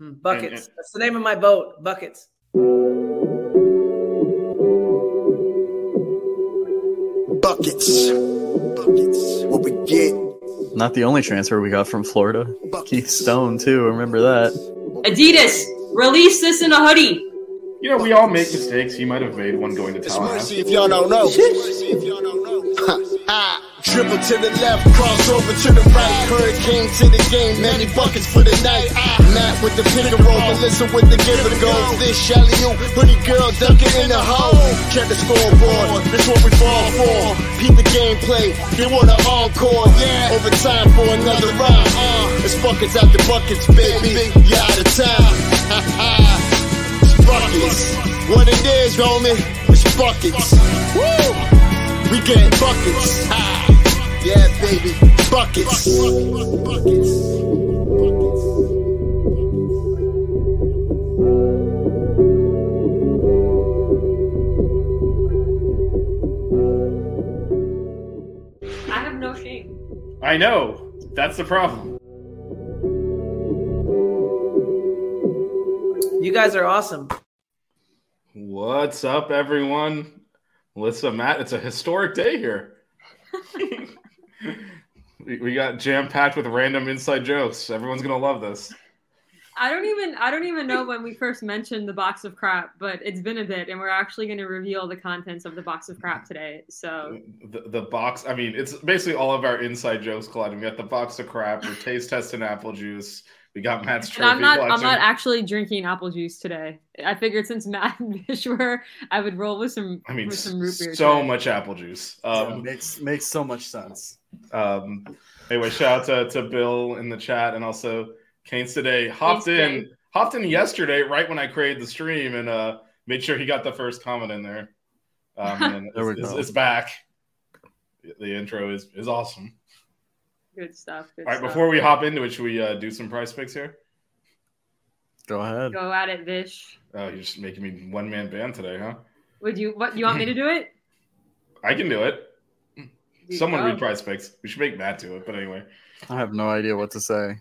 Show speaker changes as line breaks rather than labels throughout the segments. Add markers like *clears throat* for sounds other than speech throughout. Buckets. That's the name of my boat. Buckets.
Buckets. Buckets. What we get.
Not the only transfer we got from Florida. Keith Stone too. Remember that?
Adidas, release this in a hoodie.
You know, we all make mistakes. He might have made one going to
It's
Tallahassee.
mercy if y'all don't know. Mercy if y'all don't know. Ah, Dribble to the left, cross over to the right, hurricane to the game, many buckets for the night. Matt with the pick and roll, Melissa with the give and go. This Shelly, you pretty girl ducking in the hole. Check the scoreboard, this what we fall for. Keep the gameplay, they want an encore. Yeah, overtime for another round. Uh, it's buckets after buckets, baby. You out of town. Ha ha. It's buckets. What it is, homie, it's buckets. Woo! We getting buckets. Ah, yeah, baby, buckets.
I have no shame.
I know. That's the problem.
You guys are awesome.
What's up, everyone? Melissa, Matt, it's a historic day here. *laughs* we, we got jam packed with random inside jokes. Everyone's going to love this.
I don't even I don't even know when we first mentioned the box of crap, but it's been a bit, and we're actually going to reveal the contents of the box of crap today. So
The, the box, I mean, it's basically all of our inside jokes colliding. We got the box of crap, we're taste testing apple juice. We got Matt's
and
trophy.
I'm not I'm
collection.
not actually drinking apple juice today. I figured since Matt and Bish were, I would roll with some
I mean,
with some root beer.
so
today.
much apple juice. Um,
makes makes so much sense.
Um, anyway, shout out to, to Bill in the chat and also Canes today. Hopped
Thanks,
in,
Gabe.
hopped in yesterday, right when I created the stream, and uh, made sure he got the first comment in there.
*laughs*
Um, and
There we
it's, it's-
go.
it's back. The intro is is awesome.
good stuff. Good
All right,
stuff.
before we hop into it, should we uh, do some price picks here?
Go ahead.
go at it, Bish.
Oh, you're just making me one man band today, huh?
Would you what you want me to do it?
I can do it.
You
*laughs* Someone
go.
read price picks. We should make Matt do it, but anyway,
I have no idea what to say.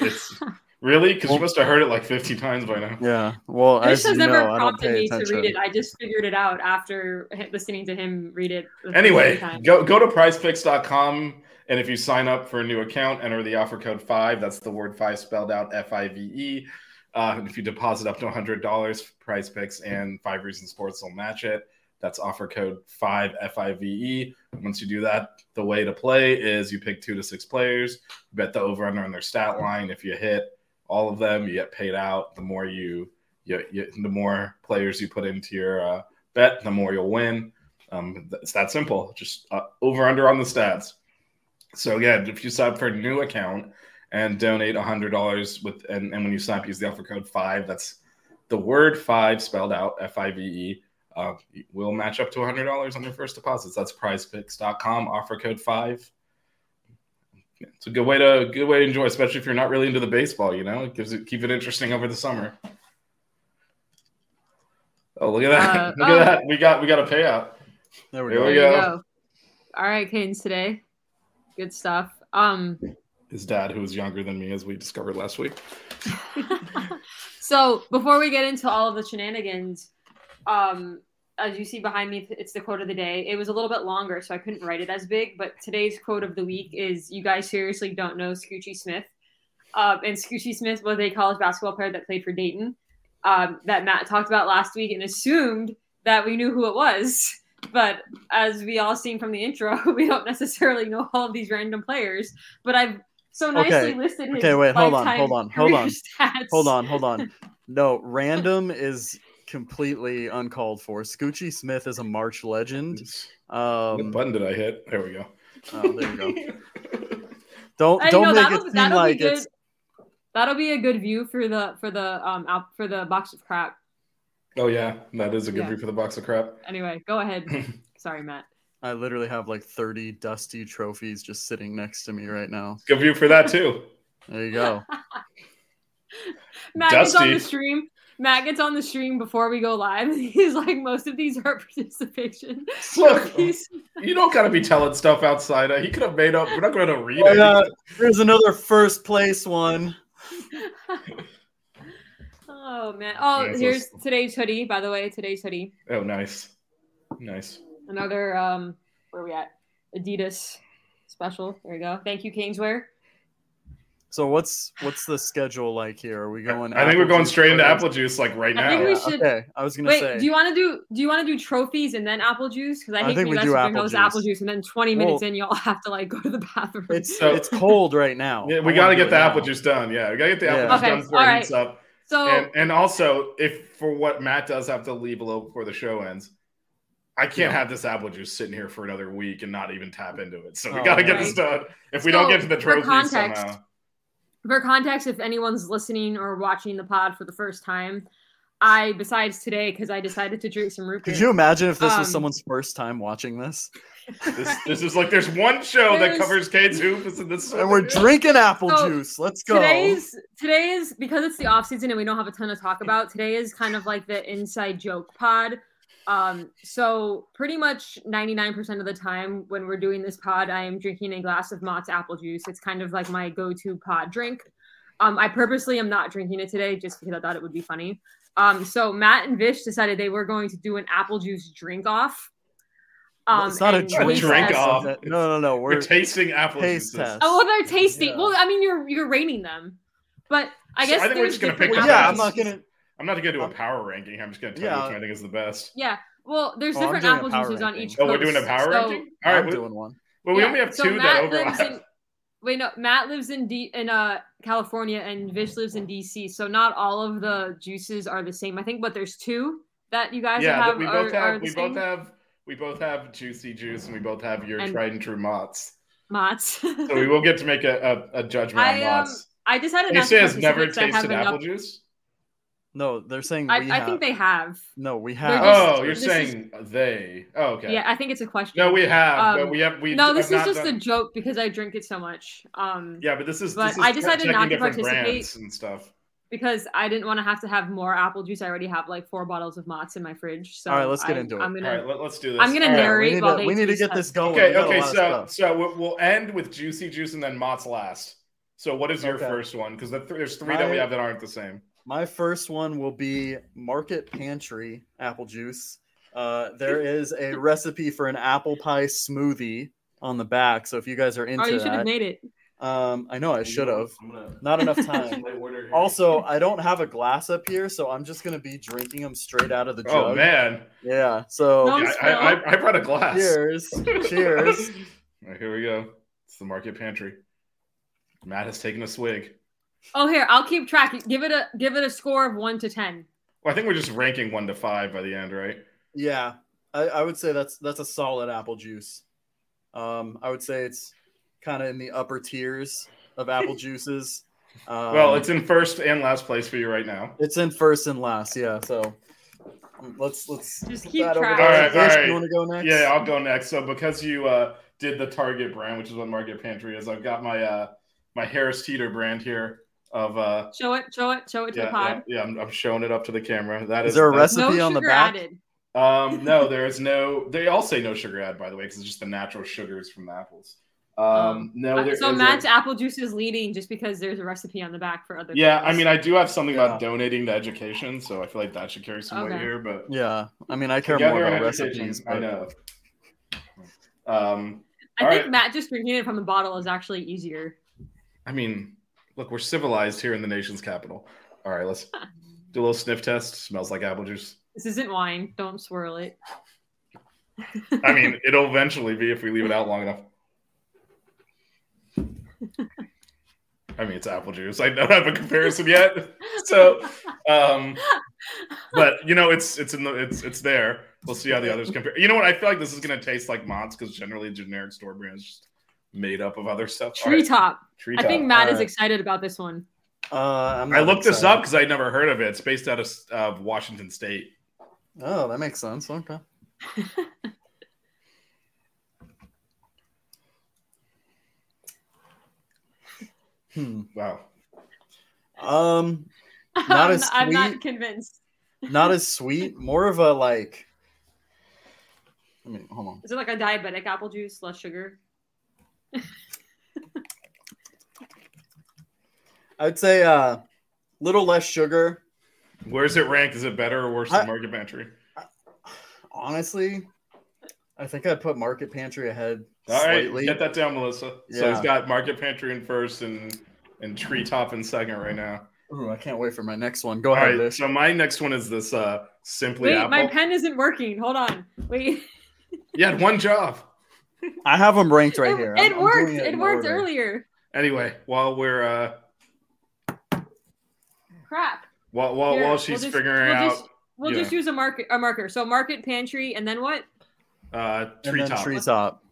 it's really because you must have heard it like 50 times by now.
Yeah. Well,
Bish
as you
has
know,
never
I don't
prompted
pay
me to
attention.
read it. I just figured it out after hi- listening to him read it. the first
Anyway,
time.
go go to pricepicks.com and if you sign up for a new account, enter the offer code five. That's the word five spelled out F I V E. Uh, and if you deposit up to $100, Price Picks and Five Reasons Sports will match it. That's offer code 5 F I V E. Once you do that, the way to play is you pick two to six players, you bet the over under on their stat line. If you hit all of them, you get paid out. The more you, you, you the more players you put into your uh, bet, the more you'll win. Um, th- it's that simple. Just uh, over under on the stats. So yeah, if you sign up for a new account and donate hundred dollars with, and, and when you sign up, use the offer code five. That's the word five spelled out F I V E. Uh, will match up to hundred dollars on your first deposits. That's PrizePicks.com. Offer code five. It's a good way to good way to enjoy, especially if you're not really into the baseball. You know, it gives it keep it interesting over the summer. Oh, look at that!
Uh,
*laughs* look at
oh.
that! We got we got a payout.
There we
Here
go.
we
There you
go.
go. All right, Canes today. Good stuff. Um,
his dad, who is younger than me, as we discovered last week.
*laughs* so before we get into all of the shenanigans, um, as you see behind me, it's the quote of the day. It was a little bit longer, so I couldn't write it as big. But today's quote of the week is: "You guys seriously don't know Scoochie Smith." Uh, and Scoochie Smith was a college basketball player that played for Dayton um, that Matt talked about last week and assumed that we knew who it was. *laughs* But as we all seen from the intro, *laughs* we don't necessarily know all of these random players. But I've so
Okay.
nicely listed his
Okay, wait, hold on,
lifetime
hold on, hold
career
on,
stats.
Hold on, hold on. No, random is completely uncalled for. Scoochie Smith is a March legend.
what
Um,
button did I hit? There we go. *laughs*
oh, there you go. Don't
I
don't
know,
make
that'll-
it seem
that'll be
like
good.
it's
That'll be a good view for the for the um out for the box of crap.
Oh yeah, that is a good
Yeah.
view for the box of crap.
Anyway,
*laughs*
go ahead. Sorry, Matt.
I literally have like 30 dusty trophies just sitting next to me right now.
Good view for
*laughs*
that too.
There you go.
Matt gets on
Dusty.
the stream. Matt gets on the stream before we go live. *laughs* He's like, most of these are *laughs* participation. *laughs*
Look,
trophies."
you don't gotta be telling stuff outside. He could have made up. We're not going to read
Oh,
it.
yeah. Here's another first place one.
oh man. Oh,
Yeah, it's
here's
awesome.
today's hoodie. By the way, today's hoodie.
Oh, nice, nice.
Another um, where are we at? Adidas special. There we go. Thank you, Kingswear.
So what's what's the schedule like here? Are we going?
I think we're
apple
going
juice
straight into
first?
apple juice like right
I think
now.
we
Yeah,
should-
Okay, I was gonna
Wait,
say.
do you want to do? Do you want to do trophies and then apple juice? Because
I
I hate
think we
when you guys
do
bring
apple
those
juice.
apple juice, and then twenty minutes
Well-
in, y'all *laughs* have to like go to the bathroom.
it's
So-
it's cold right now.
Yeah,
Oh, I
we
wanna
got to
do
get
it
the
now.
apple juice done. Yeah, we got to get the apple
Yeah.
juice
Okay,
done before
all
it heats up.
so
and, and also, if for what Matt does have to leave a little before the show ends, I can't
Yeah.
have this apple juice sitting here for another week and not even tap into it. So we
Oh,
got to get
right.
this done. If we
So,
don't get to the
for
trophy
context,
somehow,
for context, if anyone's listening or watching the pod for the first time, I besides today because I decided to drink some root beer.
Could you imagine if this
Um,
was someone's first time watching this?
this, this is like there's one show
There's-
that covers Kate's hoop, and this is what
And
*laughs*
we're
they do.
drinking apple
So,
juice. Let's go.
Today's today's because it's the off season and we don't have a ton to talk about. Today is kind of like the inside joke pod. Um, so pretty much 99% of the time when we're doing this pod, I am drinking a glass of Mott's apple juice. It's kind of like my go-to pod drink. Um, I purposely am not drinking it today just because I thought it would be funny. Um, so Matt and Vish decided they were going to do an apple juice drink off.
it's not a
um, and
drink,
we
Drink
said-
off.
No, no, no. We're,
We're, tasting apple
taste
juice.
test.
Oh, well, they're tasty.
Yeah.
Well, I mean, you're you're rating them, but I
So
guess
I think we're
there's
just gonna
different
pick
Well,
apple
yeah,
apple
I'm not
juice-
gonna.
I'm not gonna do a power ranking. I'm just gonna tell
Yeah.
you which one I think is the best.
Yeah, well, there's
Well, I'm
different
doing a
apple
power
juices on
ranking.
each.
Oh, we're
coast,
doing a power
so-
ranking. All right,
I'm
we-
doing one.
well, we
yeah,
only have
so
two that
Matt lives
overlap.
in- Wait, no, Matt lives in D in uh California and Vish lives in DC, so not all of the juices are the same. I think, but there's two that you guys
*laughs* yeah,
have,
but we
are,
both
are
have
the
we
same.
both have we both have juicy juice and we both have your
And-
tried and true Mott's.
*laughs* Mott's.
So we will get to make a, a, a judgment
I,
on
um,
Mott's.
I decided
They
not
say
to
has
put
never
specifics. I have
tasted apple
enough-
juice.
No, they're saying we
I, I
have.
think they have.
No, we
They're
have.
just-
oh, you're
this
saying they. Oh, okay.
Yeah, I think it's a question.
No, we have, but
Um,
we have we.
no,
have
this is
not
just
done-
a joke because I drink it so much. Um,
Yeah, but this is.
but
this is
I decided
checking
not to
different
participate.
brands and stuff.
because I didn't want to have to have more apple juice. I already have like four bottles of Mott's in my fridge. So
All right, let's get
I'm-
into it.
I'm
All
gonna.
right, let, us do this.
I'm gonna
All
Yeah,
narrate
we need
while
to,
they
we need to
taste
get
test.
this going. We
Oh. Okay,
got a
okay,
lot of
so
stuff.
so we'll- we'll end with juicy juice and then Mott's last. So what is your
Okay.
first one? Because the th- there's three that we
My-
have that aren't the same.
My first one will be Market Pantry apple juice. Uh, there is a recipe for an apple pie smoothie on the back. So if you guys are into
Oh, you should have
that,
made it.
um, I know I should have. Not
*laughs*
enough time.
order
also, I don't have a glass up here, so I'm just gonna be drinking them straight out of the jug.
oh man,
Yeah. So
No,
Yeah, I, I, I brought a glass.
cheers,
*laughs*
cheers.
All right, here we go. It's the market pantry. Matt has taken a swig.
Oh, here I'll keep track. Give it a give it a score of one to ten.
Well, I think we're just ranking one to five by the end, right?
Yeah, I, I would say that's that's a solid apple juice. Um, I would say it's kind of in the upper tiers of
*laughs*
apple juices. Um,
well, it's in first and last place for you right now.
it's in first and last. Yeah, so let's let's
Just
put
keep
that over
track.
there.
All right, all
Ace,
right.
You want to go next?
Yeah, I'll go next. So because you uh, did the Target brand, which is what Market Pantry is, I've got my uh, my Harris Teeter brand here of uh,
Show it, show it, show it to
yeah,
the pod.
yeah, yeah, I'm, I'm showing it up to the camera. That is,
Is there a
that-
recipe
No
on the
sugar
back?
added.
Um, no, there is no. They all say no sugar add, by the way, because it's just the natural sugars from the apples. Um,
Um,
no, there
so
is a-
Matt's apple juice is leading just because there's a recipe on the back for other.
Yeah, I
things.
mean, I do have something
Yeah.
about donating to education, so I feel like that should carry some weight
Okay.
here. But
Yeah, I mean, I care
Together
more about
on education,
recipes.
I
but-
know. Um,
I
all
think
right.
Matt just drinking it from the bottle is actually easier.
I mean, look, we're civilized here in the nation's capital. All right,
*laughs*
let's do a little sniff test. Smells like apple juice.
This isn't wine. Don't swirl it.
I mean, it'll eventually be if we leave it out long enough. I mean, it's apple juice. I don't have a comparison yet, so um, but you know, it's it's in the it's it's there. We'll see how the others compare. You know what? I feel like this is gonna taste like Mott's because generally generic store brands just made up of other stuff. All right,
Treetop.
Treetop.
I think Matt
All
is
right.
excited about this one.
Uh, I'm
I
not
looked this
excited.
up because I'd never heard of it. It's based out of uh, Washington State.
Oh, that makes sense.
*laughs*
Okay. hmm.
Wow.
Um,
*laughs* I'm,
as
I'm
sweet.
not convinced.
not as sweet. More of a like. I mean, hold on.
Is it like a diabetic apple juice, less sugar?
I'd say a uh, little less sugar.
Where's it ranked? Is it better or worse
I-
than Market Pantry?
Honestly, I think I'd put Market Pantry ahead
All right,
slightly.
get that down, Melissa. So
Yeah.
he's got Market Pantry in first and and Treetop in second right now.
Ooh, I can't wait for my next one. Go
All
ahead,
right,
Lish.
so my next one is this uh Simply
Wait,
Apple.
my pen isn't working. Hold on. Wait.
you had one job.
I have them ranked right
*laughs* it,
here.
It
I'm- I'm
worked.
doing
It,
in
worked
order.
earlier.
Anyway, while we're uh
Crap.
while while,
Here,
while she's
we'll just-
figuring
we'll
out
Just, we'll just
yeah.
use a market a marker. So market pantry and then what?
uh
And then
Treetop.
Treetop.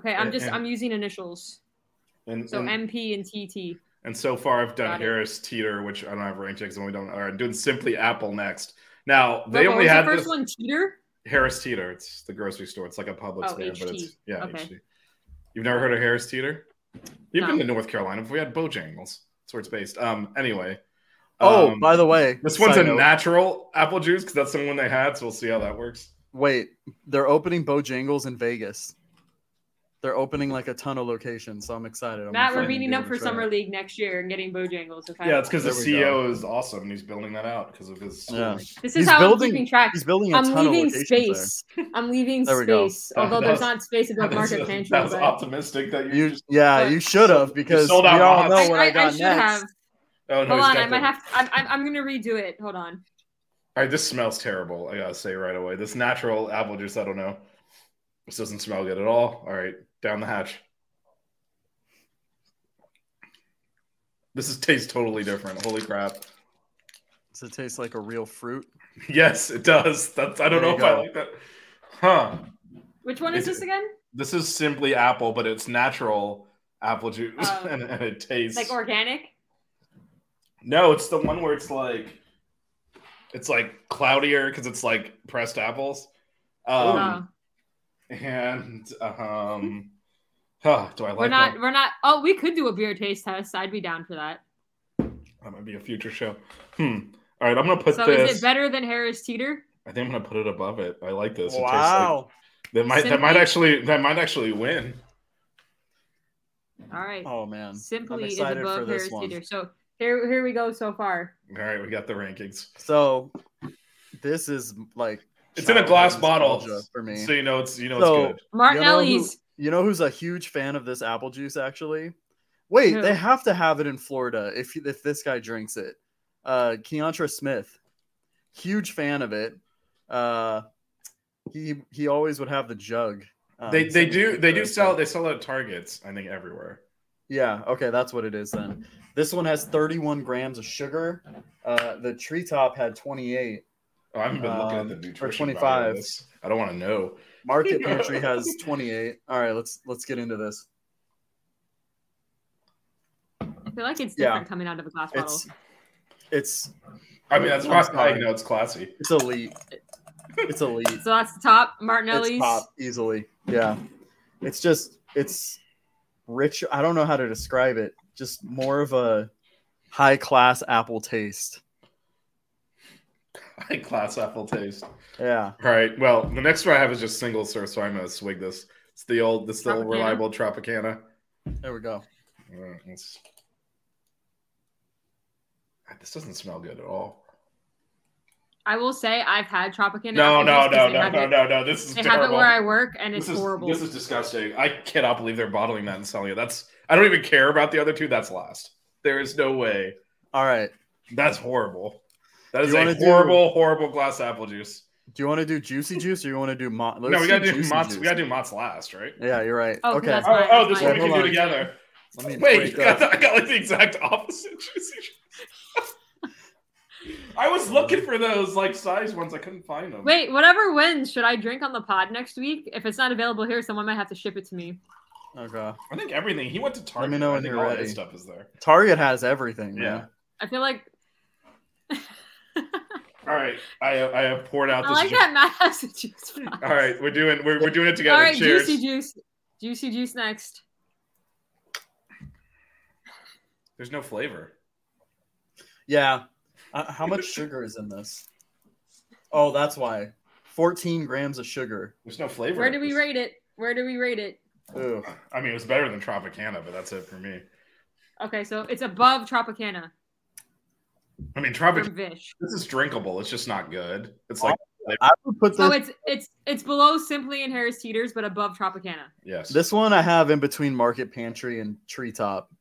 Okay, I'm
And-
just
and-
I'm using initials.
And,
So
Mm-hmm.
and,
MP and TT.
and so far I've done
Got it.
Harris Teeter, which I don't have ranked because we don't are doing Simply Apple next. Now
Wait,
they
what
only
was
had
the first
this
one teeter.
Harris Teeter. It's the grocery store. It's like a Publix
Oh,
there, but
HT.
it's yeah.
Okay.
HT. You've never heard of Harris Teeter? You've
No.
been to North Carolina. If we had Bojangles, that's where it's based. Um. Anyway.
Oh,
um,
by the way,
this one's a
side note.
natural apple juice because that's the one they had. So we'll see how that works.
Wait, they're opening Bojangles in Vegas. They're opening like a ton of locations, so I'm excited. I'm
Matt,
excited
we're
to
meeting
be
up
able to
for
try
summer
it.
league next year and getting Bojangles. Okay.
Yeah, it's because the
There we
CEO is awesome and he's building that out because of his.
Yeah.
This
He's
is how
building-
I'm keeping track.
He's building a
I'm
ton of
leaving
locations
space. I'm leaving
There we go.
space.
That-
Although
that
there's
was-
not space
*laughs*
above
That was- *laughs*
market pantry.
that was
but-
optimistic that
there.
you.
You, yeah,
But-
you should have because
sold
we
out
all
Moss.
know
I,
what
I-
I,
I
got
should
next.
have.
oh, no,
Hold
he's
on,
got
I might
the-
have. To, I'm, I'm I'm gonna redo it. Hold on.
All right, this smells terrible. I gotta say right away. This natural apple juice. I don't know. This doesn't smell good at all. All right, down the hatch. This is tastes totally different. Holy crap! *laughs*
Does it taste like a real fruit?
Yes, it does. That's I don't
There you
know if I
go.
like that. Huh?
Which one is
It's-
this again?
This is simply apple, but it's natural apple juice,
Oh.
*laughs* and, and it tastes
Like organic?
no. It's the one where it's like it's like cloudier because it's like pressed apples. Um,
Oh.
And um, huh, do I like
we're not.
that?
We're not. Oh, we could do a beer taste test. I'd be down for that.
That might be a future show. Hmm. All right, I'm gonna put
so
this.
is it better than Harris Teeter?
I think I'm gonna put it above it. I like this. It tastes like-
Wow.
that might that
Simply-
might actually that might actually win.
All right.
Oh man.
Simply
I'm
is
excited for
above
this
Harris
one.
Teeter. So here here we go so far.
All right, we got the rankings.
So this is like
It's in a glass
childhood
bottle,
nostalgia for me.
so you know it's you know
So-
it's good.
Martinelli's.
You know who's a huge fan of this apple juice? Actually, wait,
Who?
they have to have it in Florida if if this guy drinks it. Uh, Keontra Smith, huge fan of it. Uh, he he always would have the jug. um,
they they
sitting
do
in
they
the-
do sell they sell it at Targets I think everywhere.
Yeah, okay, that's what it is then. This one has 31 grams of sugar. Uh, the treetop had 28.
Oh, I haven't been looking
Um,
at the
or
nutrition. value of
25.
this. I don't want to know.
*laughs*
Market Pantry has 28. All right, let's let's get into this.
I feel like it's
yeah.
different coming out of a glass bottle.
It's it's
I mean that's
I'm
why I
sorry.
know it's classy. *laughs*
it's elite. It's elite.
So that's the top.
it's
Martinelli's.
pop easily. Yeah. It's just it's rich. I don't know how to describe it. Just more of a high class apple taste.
High class apple taste.
Yeah.
All right. Well, the next one I have is just single serve, so I'm gonna swig this. It's the old, this is the old
Tropicana.
reliable Tropicana. Uh,
There we go.
All right, let's- God, This doesn't smell good at all.
I will say I've had Tropicana.
No,
apple juice
no,
'cause
no,
they
no,
have
no,
it-
no, no. This is
They have it
terrible.
where I work, and it's
this is
horrible.
this is disgusting. I cannot believe they're bottling that and selling it. That's I don't even care about the other two. That's last. There is no way.
All right.
That's horrible. That
Do
is
you
a
wanna do-
horrible, horrible glass apple juice.
Do you want to do juicy juice or you want to do mo-
no,
let's
we gotta do
juicy
Mott's.
juice.
We gotta do Mott's last, right?
Yeah, you're right.
Oh,
okay.
that's
Oh,
fine,
oh,
that's
this one
fine.
we can do
Hold on.
together.
Let me
Wait,
break up.
*laughs* I got like the exact opposite *laughs* juicy juice. I was looking for those like size ones. I couldn't find them.
Wait, whatever wins, should I drink on the pod next week? If it's not available here, someone might have to ship it to me.
Okay.
I think everything. He went to Target.
me know
I
when
think
you're
all
ready.
his stuff is there.
Target has everything.
Yeah.
Man.
I feel like
All right, I I have poured out
I
this.
like
ju-
that Madhouse and juice. box.
All right, we're doing we're, we're doing it together.
All right,
Cheers.
juicy juice, juicy juice next.
There's no flavor.
Yeah. Uh, how *laughs* much sugar is in this? Oh, that's why. 14 grams of sugar.
There's no flavor.
Where do we rate it? Where do we rate it?
Ooh.
I mean, it was better than Tropicana, but that's it for me.
Okay, so it's above Tropicana
I mean,
from
Tropicana.
Vish.
This is drinkable. It's just not good. It's like
I would put
So
this,
it's it's it's below Simply and Harris Teeter's, but above Tropicana.
yes.
this one I have in between Market Pantry and Treetop.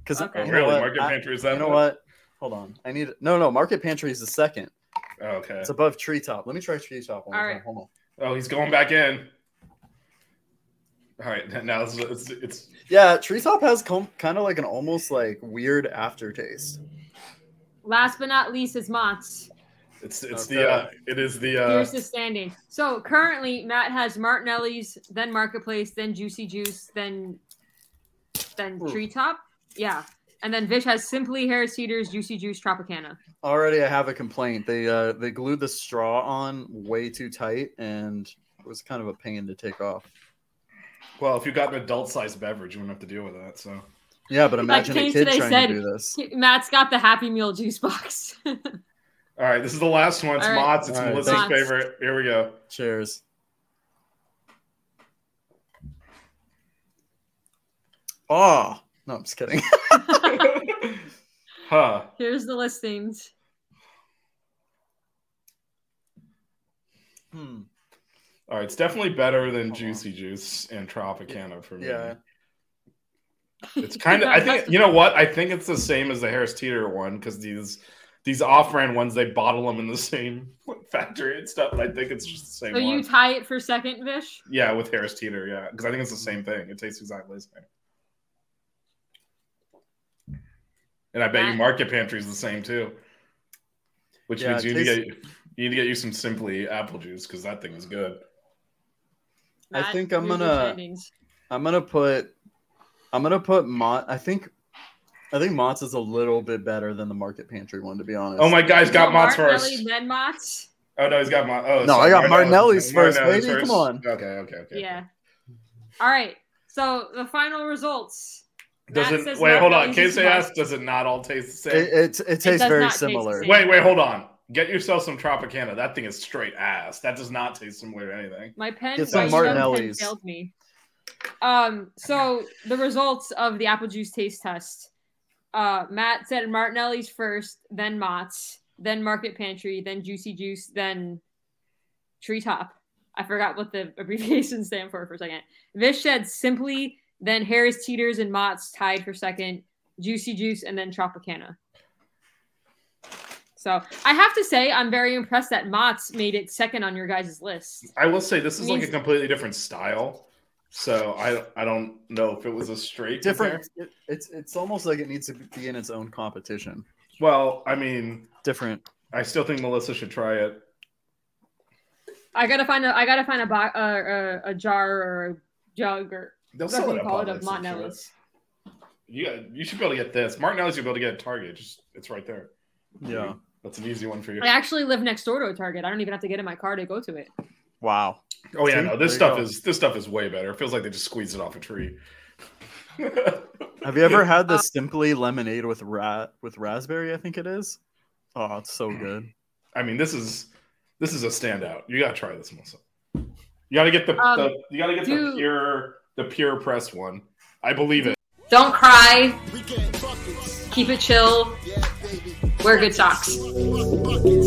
Because
Okay.
you know
Oh, really
what?
market
I-
pantry is that?
You know
one?
what? Hold on. I need no, no. Market Pantry is the second.
Oh, okay.
It's above Treetop. Let me try Treetop. One more
All right.
time. Hold on.
Oh, he's going back in. All right, now it's, it's, it's
Yeah, Treetop has com- kind of like an almost like weird aftertaste.
Last but not least is Mott's.
it's it's
Okay.
the uh, it is the uh,
Here's the standing. So currently, Matt has Martinelli's, then Marketplace, then Juicy Juice, then then
Hmm.
Ooh.
Treetop. Yeah, and then Vish has Simply Harris Teeter's, Juicy Juice, Tropicana.
Already, I have a complaint. They uh they glued the straw on way too tight, and it was kind of a pain to take off.
well. If you got an adult sized beverage, you wouldn't have to deal with that. So
Yeah, but imagine a
James
kid
today
trying
said,
to do this.
Matt's got the Happy Meal juice box. *laughs*
all right, this is the last one. It's
All right.
Mott's. It's
All right,
Melissa's
thanks.
favorite. Here we go.
Cheers. Oh no, I'm just kidding. *laughs*
Huh.
Here's the listings.
Hmm.
All right, it's definitely better than
Hold on.
Juicy Juice and Tropicana for me.
Yeah.
It's kind of I think you know what? I think it's the same as the Harris Teeter one because these these off brand ones they bottle them in the same *laughs* factory and stuff. And I think it's just the same
So
one.
you tie it for second, Vish.
yeah, with Harris Teeter, yeah. Because I think it's the same
Mm-hmm.
thing. It tastes exactly the same. And I bet you
That-
market pantry is the same too. Which
Yeah,
means
it
you need, to get,
tastes-
you need to get you some simply apple juice because that thing is good.
I
Matt,
think I'm
here's your
gonna-
standings.
I'm gonna put I'm gonna put Mott I think I think Mott's is a little bit better than the market pantry one to be honest.
Oh my guy's got
So
Mott's
Martinelli,
first.
Then Mott's.
Oh no, he's got my. Oh,
No, I got Martinelli's first, baby, come on.
Okay, okay, okay.
Yeah. All right. So the final results.
Does
Matt
it?
says
Wait, hold on.
Martinelli's
Casey
is
asked, "Does it not all taste the same?"
It, it, it tastes
does
very
not taste the
similar.
same.
wait, wait, hold on. Get yourself some Tropicana. That thing is straight ass. That does not taste similar to anything.
My pen,
Get
my
some
yellow pen
Martinelli's.
failed me. Um. So the results of the apple juice taste test. Uh, Matt said Martinelli's first, then Mott's, then Market Pantry, then Juicy Juice, then Treetop. I forgot what the *laughs* abbreviations stand for for a second. Vish said simply, then Harris Teeters and Mott's tied for second, Juicy Juice, and then Tropicana. So I have to say, I'm very impressed that Mott's made it second on your guys' list.
I will say this is like a
Means-
completely different style. So I I don't know if it was a straight
Different
compare.
it, it's it's almost like it needs to be in its own competition.
Well, I mean,
Different.
I still think Melissa should try it.
I gotta find a I gotta find a bo- uh, a, a jar or a jug or
They'll
whatever you
at
call it of
Publix, I'm sure.
Montanelli's.
You got- you should be able to get this. Martinelli's you'll be able to get at Target. Just it's right there.
Yeah.
That's an easy one for you.
I actually live next door to a Target. I don't even have to get in my car to go to it.
Wow.
Oh yeah,
See?
no, this
There you
stuff
go.
is this stuff is way better. It feels like they just squeezed it off a tree. *laughs*
Have you ever had
uh,
the simply lemonade with rat with raspberry? I think it is. Oh, it's
*clears throat*
so good.
I mean, this is this is a standout. You gotta try this, Melissa. You gotta get the,
Um,
the you gotta get the
do-
pure the pure press one. I believe it.
Don't cry.
Weekend buckets.
Keep it chill.
Yeah, baby.
Wear good socks.
Buckets.